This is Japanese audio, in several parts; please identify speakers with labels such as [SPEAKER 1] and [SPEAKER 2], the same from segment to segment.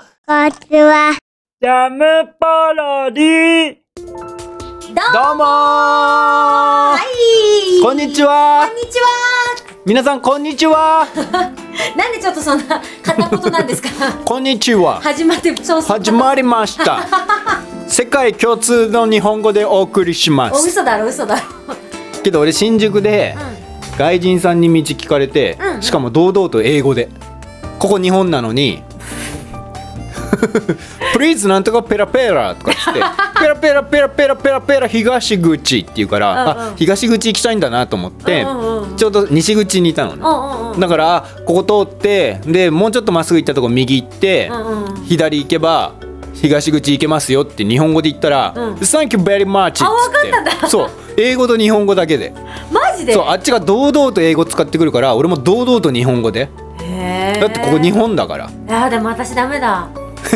[SPEAKER 1] ちは。
[SPEAKER 2] ジャムパロディ
[SPEAKER 3] ど
[SPEAKER 2] ど
[SPEAKER 3] う
[SPEAKER 2] うもー、
[SPEAKER 3] はい
[SPEAKER 2] こんにちは
[SPEAKER 3] こんにちは
[SPEAKER 2] 皆さんこんにちは
[SPEAKER 3] なんでちょっとそんな片言な んですか
[SPEAKER 2] こんにちは
[SPEAKER 3] 始まってそうそう
[SPEAKER 2] 始まりました 世界共通の日本語でお送りしま
[SPEAKER 3] お
[SPEAKER 2] す
[SPEAKER 3] 嘘だろ嘘だろ
[SPEAKER 2] けど俺新宿で外人さんに道聞かれて、
[SPEAKER 3] うんうん
[SPEAKER 2] しかも堂々と英語でここ日本なのに Please なんとかペラペラとか言って ペラペラペラペラペラペラ東口って言うから、
[SPEAKER 3] うんうん
[SPEAKER 2] あ東口行きたいんだなと思って、
[SPEAKER 3] うんうんうん
[SPEAKER 2] ちょうど西口にいたのね、
[SPEAKER 3] うんうんうん
[SPEAKER 2] だからあここ通ってでもうちょっとまっすぐ行ったとこ右行って、
[SPEAKER 3] うんうん
[SPEAKER 2] 左行けば東口行けますよって日本語で言ったら
[SPEAKER 3] うん
[SPEAKER 2] 「Thank you very much」
[SPEAKER 3] あわか
[SPEAKER 2] っ
[SPEAKER 3] ったん
[SPEAKER 2] つ
[SPEAKER 3] だ
[SPEAKER 2] ってそう英語と日本語だけで
[SPEAKER 3] マジで
[SPEAKER 2] そうあっちが堂々と英語使ってくるから俺も堂々と日本語で
[SPEAKER 3] へー
[SPEAKER 2] だってここ日本だから
[SPEAKER 3] あーでも私ダメだ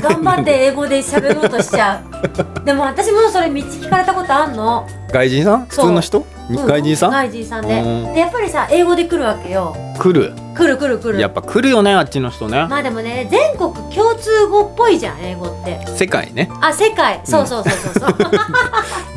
[SPEAKER 3] 頑張って英語で喋ろうとしちゃ うでも私もそれ道聞かれたことあんの
[SPEAKER 2] 外人さん普
[SPEAKER 3] そう
[SPEAKER 2] 通の人
[SPEAKER 3] うん
[SPEAKER 2] 外人さん
[SPEAKER 3] 外人さん
[SPEAKER 2] うん
[SPEAKER 3] ででやっぱりさ英語で来るわけよ
[SPEAKER 2] 来る
[SPEAKER 3] 来る来る来る
[SPEAKER 2] やっぱ来るよねあっちの人ね
[SPEAKER 3] まあでもね全国共通語っぽいじゃん英語って
[SPEAKER 2] 世界ね
[SPEAKER 3] あ世界そうそうそうそうそう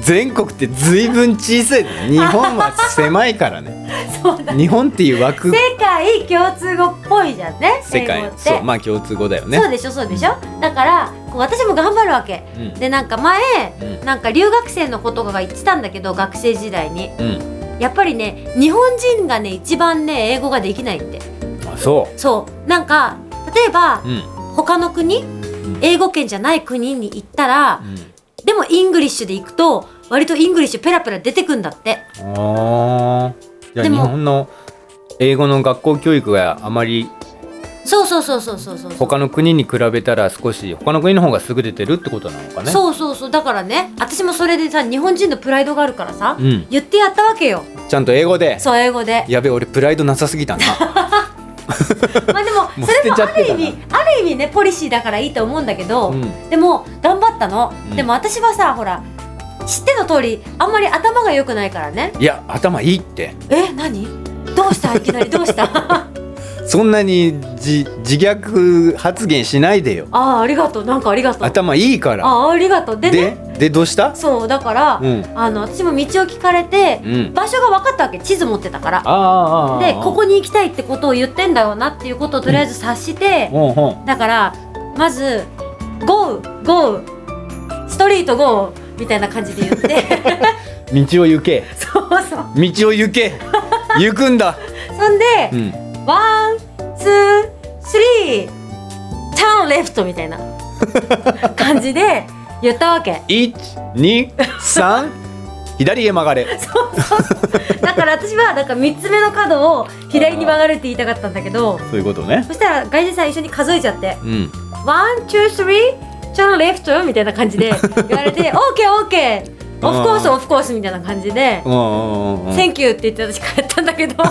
[SPEAKER 2] 全国って随分小さいね日本は狭いからね
[SPEAKER 3] そうだ
[SPEAKER 2] 日本っていう枠
[SPEAKER 3] 世界共通語っぽいじゃんね
[SPEAKER 2] 世
[SPEAKER 3] 英
[SPEAKER 2] 界
[SPEAKER 3] 語って
[SPEAKER 2] そうまあ共通語だよね
[SPEAKER 3] そうでしょそうでしょだからこう私も頑張るわけ、
[SPEAKER 2] うん
[SPEAKER 3] でなんか前、
[SPEAKER 2] うん
[SPEAKER 3] なんか留学生の子とかが言ってたんだけど学生時代に
[SPEAKER 2] うん
[SPEAKER 3] やっぱりね日本人がね一番ね英語ができないって
[SPEAKER 2] あそ
[SPEAKER 3] そうなんか例えば、
[SPEAKER 2] ううん
[SPEAKER 3] 他の国英語圏じゃない国に行ったら、
[SPEAKER 2] う
[SPEAKER 3] でもイングリッシュで行くと割とイングリッシュペラペラ出てくんだって
[SPEAKER 2] んあーじゃあ
[SPEAKER 3] で
[SPEAKER 2] 日
[SPEAKER 3] も
[SPEAKER 2] 本の英語の学校教育があまり
[SPEAKER 3] そうそうそうそうそうそうそう
[SPEAKER 2] 他の国に比べたら少し他の国の方が優れてるってことなのかね
[SPEAKER 3] そうそうそうだからね私もそれでさ日本人のプライドがあるからさ、
[SPEAKER 2] うん
[SPEAKER 3] 言ってやったわけよ
[SPEAKER 2] ちゃんと英語で
[SPEAKER 3] そう英語で
[SPEAKER 2] やべ俺プライドなさすぎたな
[SPEAKER 3] まあでも
[SPEAKER 2] もう
[SPEAKER 3] それ
[SPEAKER 2] 捨て
[SPEAKER 3] も
[SPEAKER 2] ちゃ
[SPEAKER 3] あ
[SPEAKER 2] って
[SPEAKER 3] る
[SPEAKER 2] た
[SPEAKER 3] 意
[SPEAKER 2] な
[SPEAKER 3] 味ある意味ねポリシーだからいいと思うんだけど、
[SPEAKER 2] うん
[SPEAKER 3] でも頑張ったの、
[SPEAKER 2] うん
[SPEAKER 3] でも私はさほら知っての通りあんまり頭が良くないからね
[SPEAKER 2] いや頭いいって
[SPEAKER 3] え何どうしたいきなりどうした あ
[SPEAKER 2] そんなにじ自虐発言しないでよ
[SPEAKER 3] あありがとうなんかありがとう
[SPEAKER 2] 頭いいから
[SPEAKER 3] ああありがとうでね
[SPEAKER 2] ででどうした
[SPEAKER 3] そうだから、
[SPEAKER 2] うん
[SPEAKER 3] あの私も道を聞かれて、
[SPEAKER 2] うん
[SPEAKER 3] 場所が分かったわけ地図持ってたから
[SPEAKER 2] あーあーあ
[SPEAKER 3] で
[SPEAKER 2] ー
[SPEAKER 3] ここに行きたいってことを言ってんだろうなっていうことをとりあえず察して、
[SPEAKER 2] うんうん
[SPEAKER 3] だからまず「ゴーゴーストリートゴー」みたいな感じで言って
[SPEAKER 2] 道を行け
[SPEAKER 3] そうそう
[SPEAKER 2] 道を行 け行くんだ
[SPEAKER 3] そんで
[SPEAKER 2] うん
[SPEAKER 3] 「ワンツースリーターンレフト」みたいな感じで言ったわけ
[SPEAKER 2] 123左へ曲がれ
[SPEAKER 3] だから私はなんか3つ目の角を左に曲がるって言いたかったんだけど
[SPEAKER 2] そういうことね
[SPEAKER 3] そしたら外人さん一緒に数えちゃって
[SPEAKER 2] うん
[SPEAKER 3] 「ワンツースリーターンレフト」みたいな感じで言わ れて「オーケーオーケーオフコースオフコース」みたいな感じで。
[SPEAKER 2] うんうんうん
[SPEAKER 3] センキューって言って私帰ったんだ けど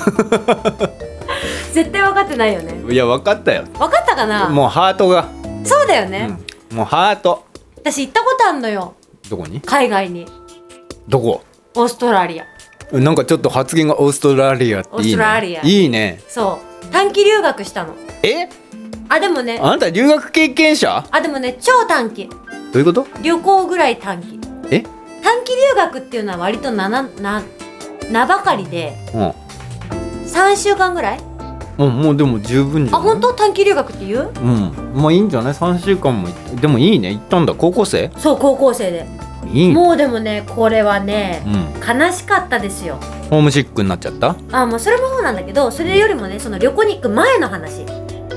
[SPEAKER 3] 絶対分かってないよね
[SPEAKER 2] うんいや分かったよ
[SPEAKER 3] 分かったかな
[SPEAKER 2] もうハートが、
[SPEAKER 3] そうだよね、
[SPEAKER 2] うんもうハート
[SPEAKER 3] 私行ったことあんのよ
[SPEAKER 2] どこに
[SPEAKER 3] 海外に
[SPEAKER 2] どこ
[SPEAKER 3] オーストラリア
[SPEAKER 2] なんかちょっと発言がオーストラリアっていいね
[SPEAKER 3] オーストラリア
[SPEAKER 2] いいね
[SPEAKER 3] そう短期留学したの
[SPEAKER 2] え
[SPEAKER 3] あでもね
[SPEAKER 2] あなた留学経験者
[SPEAKER 3] あでもね超短期
[SPEAKER 2] どういうこと
[SPEAKER 3] 旅行ぐらい短期
[SPEAKER 2] え
[SPEAKER 3] 短期留学っていうのは割とななな名ばかりで
[SPEAKER 2] うん
[SPEAKER 3] 3週間ぐらい
[SPEAKER 2] うん、もうでも十分じゃ
[SPEAKER 3] あ
[SPEAKER 2] ない
[SPEAKER 3] 本当短期留学って言う
[SPEAKER 2] うんまあいいんじゃない3週間も行ってでもいいね行ったんだ高校生
[SPEAKER 3] そう高校生で
[SPEAKER 2] いいね
[SPEAKER 3] もうでもねこれはね
[SPEAKER 2] うん
[SPEAKER 3] 悲しかったですよ
[SPEAKER 2] ホームシックになっちゃった
[SPEAKER 3] あもうそれもそうなんだけどそれよりもねその旅行に行く前の話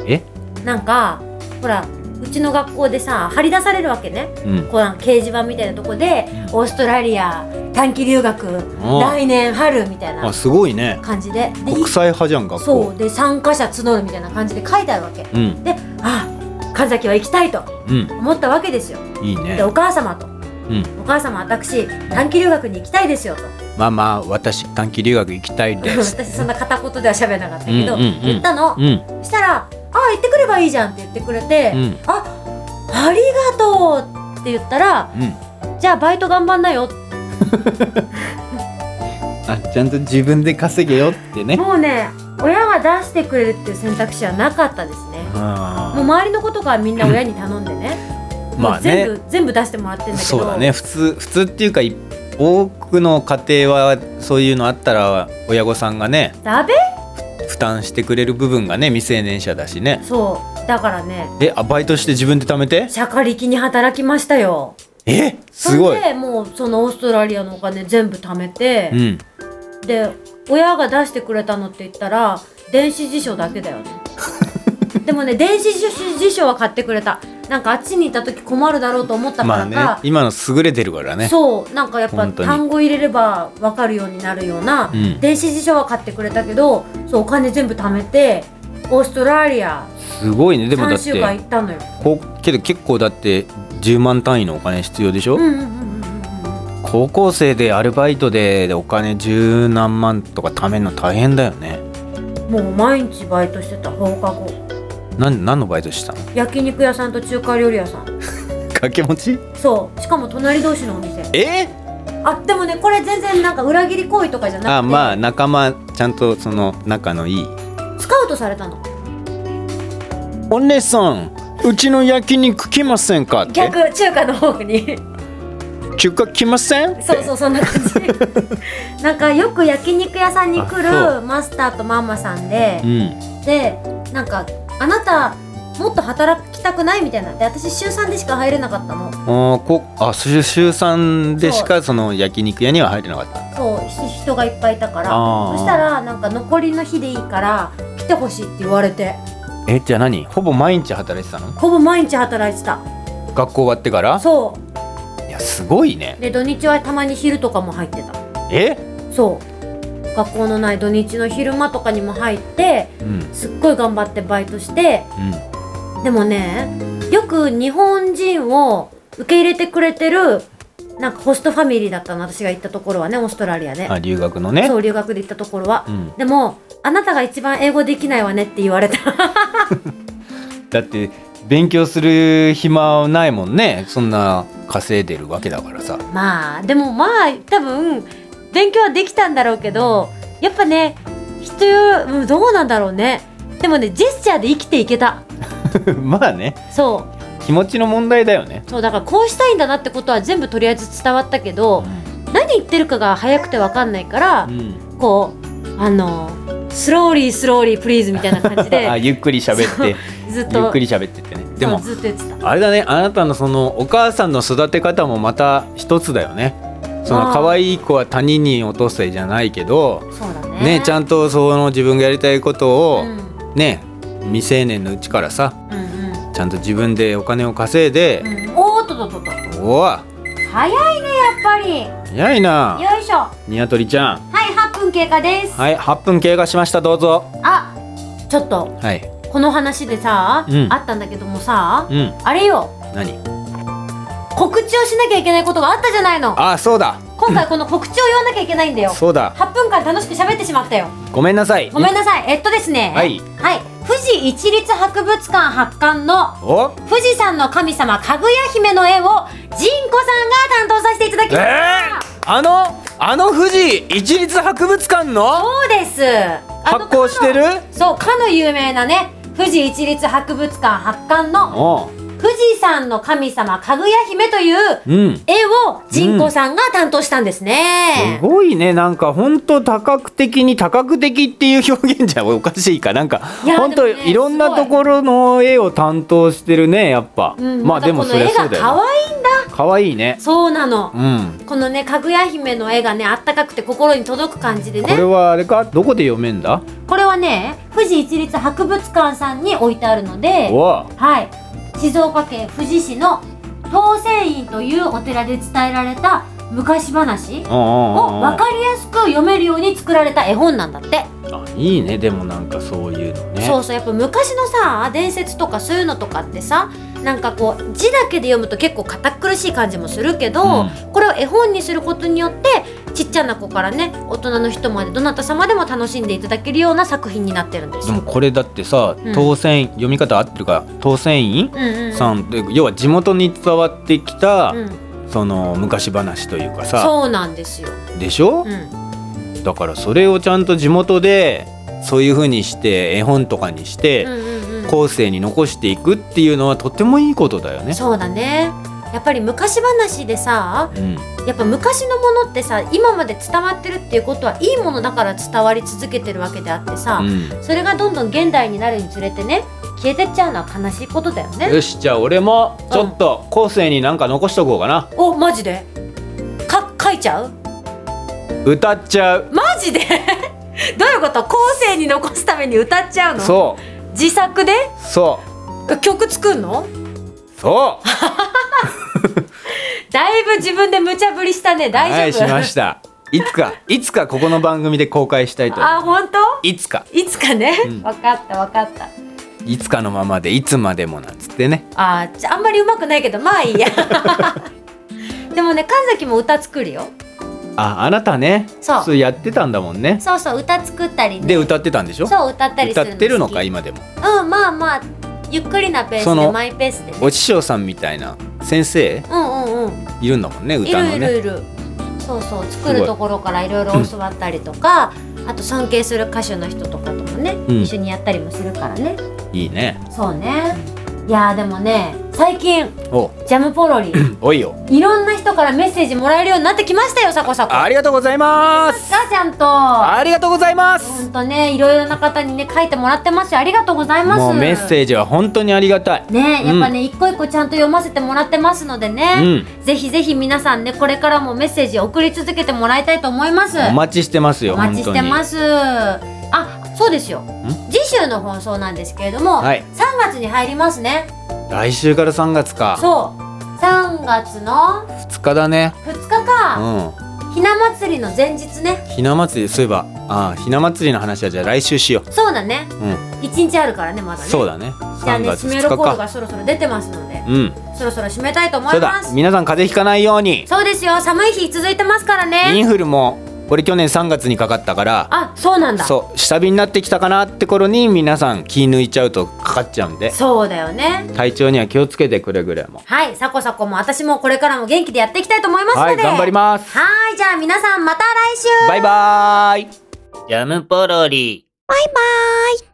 [SPEAKER 2] え
[SPEAKER 3] なんかほらうちの学校でさ張り出されるわけね
[SPEAKER 2] うん
[SPEAKER 3] こうなんか掲示板みたいなとこで「オーストラリア短期留学
[SPEAKER 2] お
[SPEAKER 3] 来年春」みたい
[SPEAKER 2] あ
[SPEAKER 3] な
[SPEAKER 2] すごいね
[SPEAKER 3] 感じででい
[SPEAKER 2] 国際派じゃん学校
[SPEAKER 3] そうで参加者募るみたいな感じで書いてあるわけ
[SPEAKER 2] うん
[SPEAKER 3] であ神崎は行きたいと
[SPEAKER 2] うん
[SPEAKER 3] 思ったわけですよ
[SPEAKER 2] いい
[SPEAKER 3] で
[SPEAKER 2] ね
[SPEAKER 3] お母様と
[SPEAKER 2] うん
[SPEAKER 3] 「お母様私短期留学に行きたいで すよ」と
[SPEAKER 2] まあまあ私短期留学行きたい です
[SPEAKER 3] 私そんな片言では喋れなかったけど
[SPEAKER 2] うんうんうん
[SPEAKER 3] 言ったの
[SPEAKER 2] うん
[SPEAKER 3] そしたら「あ行ってくればいいじゃん」って言ってくれて「
[SPEAKER 2] うん
[SPEAKER 3] あありがとう」って言ったら
[SPEAKER 2] うん
[SPEAKER 3] 「じゃあバイト頑張んなよ」
[SPEAKER 2] あちゃんと自分で稼げよってね
[SPEAKER 3] もうね親が出してくれるっていう選択肢はなかったですねもう
[SPEAKER 2] あ
[SPEAKER 3] 周りのことがみんな親に頼んでね
[SPEAKER 2] まあね
[SPEAKER 3] もう全部全部出してもらってんだけど
[SPEAKER 2] そうだね普通普通っていうかい多くの家庭はそういうのあったら親御さんがね
[SPEAKER 3] だべ
[SPEAKER 2] 負担してくれる部分がね未成年者だしね
[SPEAKER 3] そうだからね
[SPEAKER 2] えあバイトして自分で貯めて
[SPEAKER 3] しゃかりきに働きましたよ
[SPEAKER 2] えすごい
[SPEAKER 3] それでもうそのオーストラリアのお金全部貯めて
[SPEAKER 2] う、ん
[SPEAKER 3] で親が出してくれたのって言ったら電子辞書だけ だよねでもね電子辞書辞書は買ってくれたなんかあっちにいた時困るだろうと思ったか
[SPEAKER 2] まあ
[SPEAKER 3] らか、
[SPEAKER 2] ね今の優れてるからね
[SPEAKER 3] そうなんかやっぱ
[SPEAKER 2] 本当に
[SPEAKER 3] 単語入れれば分かるようになるような、
[SPEAKER 2] うん
[SPEAKER 3] 電子辞書は買ってくれたけどそうお金全部貯めてオーストラリア
[SPEAKER 2] すごいねでもだ
[SPEAKER 3] 3
[SPEAKER 2] っ
[SPEAKER 3] 週間行
[SPEAKER 2] て
[SPEAKER 3] ったのよ
[SPEAKER 2] こうけど結構だって10万単位のお金必要でしょ、
[SPEAKER 3] うんうんうんうんうん
[SPEAKER 2] 高校生でアルバイトでお金十何万とか貯めるの大変だよね
[SPEAKER 3] うんもう毎日バイトしてた放課後
[SPEAKER 2] なん何のバイトしてたの
[SPEAKER 3] 焼肉屋さんと中華料理屋さん
[SPEAKER 2] 掛け持ち
[SPEAKER 3] そうしかも隣同士のお店
[SPEAKER 2] え
[SPEAKER 3] あでもねこれ全然なんか裏切り行為とかじゃなくて
[SPEAKER 2] あまあ仲間ちゃんとその仲のいい
[SPEAKER 3] スカウトされたの
[SPEAKER 2] お姉さんうちの焼肉来ませんかって
[SPEAKER 3] 逆中華の方に
[SPEAKER 2] 中華来ませんって
[SPEAKER 3] そうそうそんな感 じなんかよく焼肉屋さんに来
[SPEAKER 2] あそ
[SPEAKER 3] るマスターとママさんで
[SPEAKER 2] う、ん
[SPEAKER 3] でなんか「あなたもっと働きたくない?」みたいなで私週3でしか入れなかったの
[SPEAKER 2] あーこあ週週3でしかその焼肉屋には入れなかった
[SPEAKER 3] そうひ人がいっぱいいたから
[SPEAKER 2] あー
[SPEAKER 3] そしたらなんか残りの日でいいから来てほしいって言われて
[SPEAKER 2] えじゃあ何ほぼ毎日働いてたの
[SPEAKER 3] ほぼ毎日働いてた
[SPEAKER 2] 学校終わってから
[SPEAKER 3] そ
[SPEAKER 2] いやすごいね
[SPEAKER 3] うで土日はたまに昼とかも入ってた
[SPEAKER 2] え、
[SPEAKER 3] そう学校のない土日の昼間とかにも入って
[SPEAKER 2] うん
[SPEAKER 3] すっごい頑張ってバイトして
[SPEAKER 2] うん、
[SPEAKER 3] でもねよく日本人を受け入れてくれてるなんかホストファミリーだったの私が行ったところはねオーストラリアね
[SPEAKER 2] あ留学のね
[SPEAKER 3] そう留学で行ったところは、
[SPEAKER 2] うん
[SPEAKER 3] でもあなたが一番英語できないわねって言われ た
[SPEAKER 2] だって勉強する暇はないもんねそんな稼いでるわけだからさ
[SPEAKER 3] まあでもまあ多分勉強はできたんだろうけどやっぱね人ようんどうなんだろうねでもねジェスチャーで生きていけた
[SPEAKER 2] まあね
[SPEAKER 3] そう
[SPEAKER 2] 気持ちの問題だよね、
[SPEAKER 3] そうだからこうしたいんだなってことは全部とりあえず伝わったけど何言ってるかが早くて分かんないから、
[SPEAKER 2] うん
[SPEAKER 3] こうあのスローリースローリープリーズみたいな感 じ
[SPEAKER 2] あ
[SPEAKER 3] で
[SPEAKER 2] ゆっくり喋って
[SPEAKER 3] ずっ と
[SPEAKER 2] ゆっくり喋ってってねでも
[SPEAKER 3] そうずっと言ってた
[SPEAKER 2] あれだねあなたのそのお母さんの育て方もまた一つだよねその
[SPEAKER 3] あー
[SPEAKER 2] 可愛い子は谷に落とせじゃないけど
[SPEAKER 3] そうだね
[SPEAKER 2] ねちゃんとその自分がやりたいこと
[SPEAKER 3] う
[SPEAKER 2] を
[SPEAKER 3] ん、うん
[SPEAKER 2] ね未成年のうちからさ
[SPEAKER 3] うん
[SPEAKER 2] ちゃんと自分でお金を稼いで
[SPEAKER 3] うん、おーっとっとっとっと
[SPEAKER 2] おわ
[SPEAKER 3] 早いねやっ
[SPEAKER 2] 早いな
[SPEAKER 3] ぱりよいしょは
[SPEAKER 2] ニワトリちゃん
[SPEAKER 3] い8分経過です、
[SPEAKER 2] はい8分経過しましたどうぞ
[SPEAKER 3] あちょっと
[SPEAKER 2] はい
[SPEAKER 3] この話でさ、
[SPEAKER 2] うん
[SPEAKER 3] あったんだけどもさ、
[SPEAKER 2] うん
[SPEAKER 3] あれよ
[SPEAKER 2] 何
[SPEAKER 3] 告知をしなきゃいけないことがあったじゃないの
[SPEAKER 2] あそうだ
[SPEAKER 3] 今回この告知を言わなきゃいけな いんだよ
[SPEAKER 2] そうだ
[SPEAKER 3] 8分間楽しく喋ってしまったよ
[SPEAKER 2] ごめんなさい
[SPEAKER 3] ごめんなさいえっとですね
[SPEAKER 2] はい
[SPEAKER 3] 富士一律博物館発館の
[SPEAKER 2] お
[SPEAKER 3] 富士山の神様かぐや姫の絵をジンコさんが担当させていただき
[SPEAKER 2] え
[SPEAKER 3] ました、
[SPEAKER 2] ー、あのあの富士一律博物館の
[SPEAKER 3] そうですあの
[SPEAKER 2] 発行してる
[SPEAKER 3] そうかの有名なね富士一律博物館発館の
[SPEAKER 2] おう
[SPEAKER 3] 富士山の神様かぐや姫という
[SPEAKER 2] うんす
[SPEAKER 3] 絵をジンコさんが担当したんですね、
[SPEAKER 2] ごいねなんか本当多角的に多角的っていう表現じゃ おかしいかなんか
[SPEAKER 3] いや
[SPEAKER 2] 本当
[SPEAKER 3] でもね
[SPEAKER 2] いろんなところの絵を担当してるねやっぱ、
[SPEAKER 3] うん、
[SPEAKER 2] まあでも
[SPEAKER 3] た
[SPEAKER 2] それ
[SPEAKER 3] この
[SPEAKER 2] そう
[SPEAKER 3] 絵が
[SPEAKER 2] だ
[SPEAKER 3] 可
[SPEAKER 2] よね
[SPEAKER 3] 愛いんだ
[SPEAKER 2] 可愛いね
[SPEAKER 3] そうなの
[SPEAKER 2] うん
[SPEAKER 3] このねかぐや姫の絵がねあったかくて心に届く感じで
[SPEAKER 2] こ
[SPEAKER 3] ねこ
[SPEAKER 2] れ
[SPEAKER 3] れ
[SPEAKER 2] はあれかどこで読めんだ
[SPEAKER 3] はね富士一律博物館さんに置いてあるので
[SPEAKER 2] おう
[SPEAKER 3] はい静岡県富士市の東泉院というお寺で伝えられた昔話
[SPEAKER 2] うんうんうんう
[SPEAKER 3] を
[SPEAKER 2] ん
[SPEAKER 3] 分かりやすく読めるように作られた絵本なんだって、
[SPEAKER 2] あいいねでもなんかそういうのね
[SPEAKER 3] そうそうやっぱ昔のさ伝説とかそういうのとかってさなんかこう字だけで読むと結構堅苦しい感じもするけど、
[SPEAKER 2] う
[SPEAKER 3] これを絵本にすることによってちっちゃな子からね大人の人までどなた様でも楽しんでいただけるような作品になってるんです
[SPEAKER 2] で
[SPEAKER 3] よ。
[SPEAKER 2] もこれだってさ
[SPEAKER 3] うん
[SPEAKER 2] 当選、読み方合ってるか当選員
[SPEAKER 3] うんうんうん
[SPEAKER 2] さんで要は地元に伝わってきた、
[SPEAKER 3] うん
[SPEAKER 2] その昔話というかさ
[SPEAKER 3] そうなんですよ、
[SPEAKER 2] でしょ
[SPEAKER 3] う、ん、
[SPEAKER 2] だからそれをちゃんと地元でそういう風にして絵本とかにして、
[SPEAKER 3] うんうんうん
[SPEAKER 2] 後世に残していくっていうのはとてもいいことだよね。
[SPEAKER 3] そうだねやっぱり昔話でさ
[SPEAKER 2] うん、
[SPEAKER 3] やっぱ昔のものってさ今まで伝わってるっていうことはいいものだから伝わり続けてるわけであってさ、
[SPEAKER 2] うん
[SPEAKER 3] それがどんどん現代になるにつれてね消えてっちゃうのは悲しいことだよね
[SPEAKER 2] よしじゃあ俺もちょっと後世になんか残しとこうかな、
[SPEAKER 3] おマジでか書いちゃう
[SPEAKER 2] 歌っちゃう
[SPEAKER 3] マジで どういうこと後世に残すために歌っちゃうの
[SPEAKER 2] そ
[SPEAKER 3] 自作で
[SPEAKER 2] うそう
[SPEAKER 3] 曲作んの
[SPEAKER 2] そう
[SPEAKER 3] だいぶ自分で無茶ぶりしたね大丈夫、
[SPEAKER 2] はいしましたいつかいつかここの番組で公開したいと
[SPEAKER 3] あ本当
[SPEAKER 2] いつか
[SPEAKER 3] いつかね、
[SPEAKER 2] うん
[SPEAKER 3] わかったわかった
[SPEAKER 2] いつかのままでいつまでもなんつってね
[SPEAKER 3] あーじゃああんまりうまくないけどまあいいや でもね神崎も歌作るよ
[SPEAKER 2] ああなたね
[SPEAKER 3] そう
[SPEAKER 2] れやってたんだもんね
[SPEAKER 3] そうそう歌作ったりね
[SPEAKER 2] で歌ってたんでしょ
[SPEAKER 3] そう歌ったりす
[SPEAKER 2] 歌
[SPEAKER 3] る
[SPEAKER 2] ってるのか
[SPEAKER 3] 好き
[SPEAKER 2] 今でも
[SPEAKER 3] うんまあまあゆっくりなペース
[SPEAKER 2] そ
[SPEAKER 3] で
[SPEAKER 2] の
[SPEAKER 3] マイペースでね
[SPEAKER 2] お師匠さんみたいな先生
[SPEAKER 3] うんうんうん
[SPEAKER 2] いるんだもんね
[SPEAKER 3] い
[SPEAKER 2] 歌のね
[SPEAKER 3] るいるいるそうそう作
[SPEAKER 2] すご
[SPEAKER 3] る
[SPEAKER 2] い
[SPEAKER 3] ところからいろいろ教わったりとか、あと尊敬する歌手の人とかともね、
[SPEAKER 2] うん
[SPEAKER 3] 一緒にやったりもするからね
[SPEAKER 2] いいね
[SPEAKER 3] そうねいやーでもね最近
[SPEAKER 2] お
[SPEAKER 3] ジャムポロ リ
[SPEAKER 2] おいよ
[SPEAKER 3] いろんな人からメッセージもらえるようになってきましたよさこさこ
[SPEAKER 2] ありがとうございます
[SPEAKER 3] がちゃんと
[SPEAKER 2] ありがとうございま
[SPEAKER 3] ほ
[SPEAKER 2] す
[SPEAKER 3] んとねいろいろな方にね書いてもらってますよありがとうございます
[SPEAKER 2] もうメッセージは本当にありがたい
[SPEAKER 3] ねやっぱね、一個一個ちゃんと読ませてもらってますので
[SPEAKER 2] う
[SPEAKER 3] ね、
[SPEAKER 2] ん
[SPEAKER 3] ぜひぜひ皆さんねこれからもメッセージ送り続けてもらいたいと思います
[SPEAKER 2] お待ちしてますよ
[SPEAKER 3] お待ちしてますすあそうですよ次週の放送なんですけれども、
[SPEAKER 2] はい
[SPEAKER 3] 3月に入りますね
[SPEAKER 2] 来週から3月か
[SPEAKER 3] そう3月の
[SPEAKER 2] 2日だね
[SPEAKER 3] 2日か、
[SPEAKER 2] うん
[SPEAKER 3] ひな祭りの前日ね
[SPEAKER 2] ひな祭りそういえばあひな祭りの話はじゃあ来週しよ
[SPEAKER 3] そうだね
[SPEAKER 2] ううん
[SPEAKER 3] 1日あるからねまだね
[SPEAKER 2] そうだね
[SPEAKER 3] じゃあ
[SPEAKER 2] 3
[SPEAKER 3] ね
[SPEAKER 2] 月
[SPEAKER 3] 締め
[SPEAKER 2] 2
[SPEAKER 3] る
[SPEAKER 2] 日
[SPEAKER 3] コール
[SPEAKER 2] か
[SPEAKER 3] がそろそろ出てますので
[SPEAKER 2] うん
[SPEAKER 3] そろそろ締めたいと思
[SPEAKER 2] そ
[SPEAKER 3] いう
[SPEAKER 2] だ
[SPEAKER 3] ます
[SPEAKER 2] 皆さん風邪ひかないように
[SPEAKER 3] そうですよ寒い日続いてますから
[SPEAKER 2] イン
[SPEAKER 3] ね
[SPEAKER 2] フルも俺去年3月にかかったから
[SPEAKER 3] あそうなんだそう
[SPEAKER 2] そう下火になってきたかなって頃に皆さん気抜いちゃうとかかっちゃうんで
[SPEAKER 3] だよね
[SPEAKER 2] 体調には気をつけてくれぐれも
[SPEAKER 3] はいさこさこも私もこれからも元気でやっていきたいと思いますので
[SPEAKER 2] はい頑張ります
[SPEAKER 3] はーいじゃあ皆さんまた来週
[SPEAKER 2] バイバーイ
[SPEAKER 1] ジャムポロリ。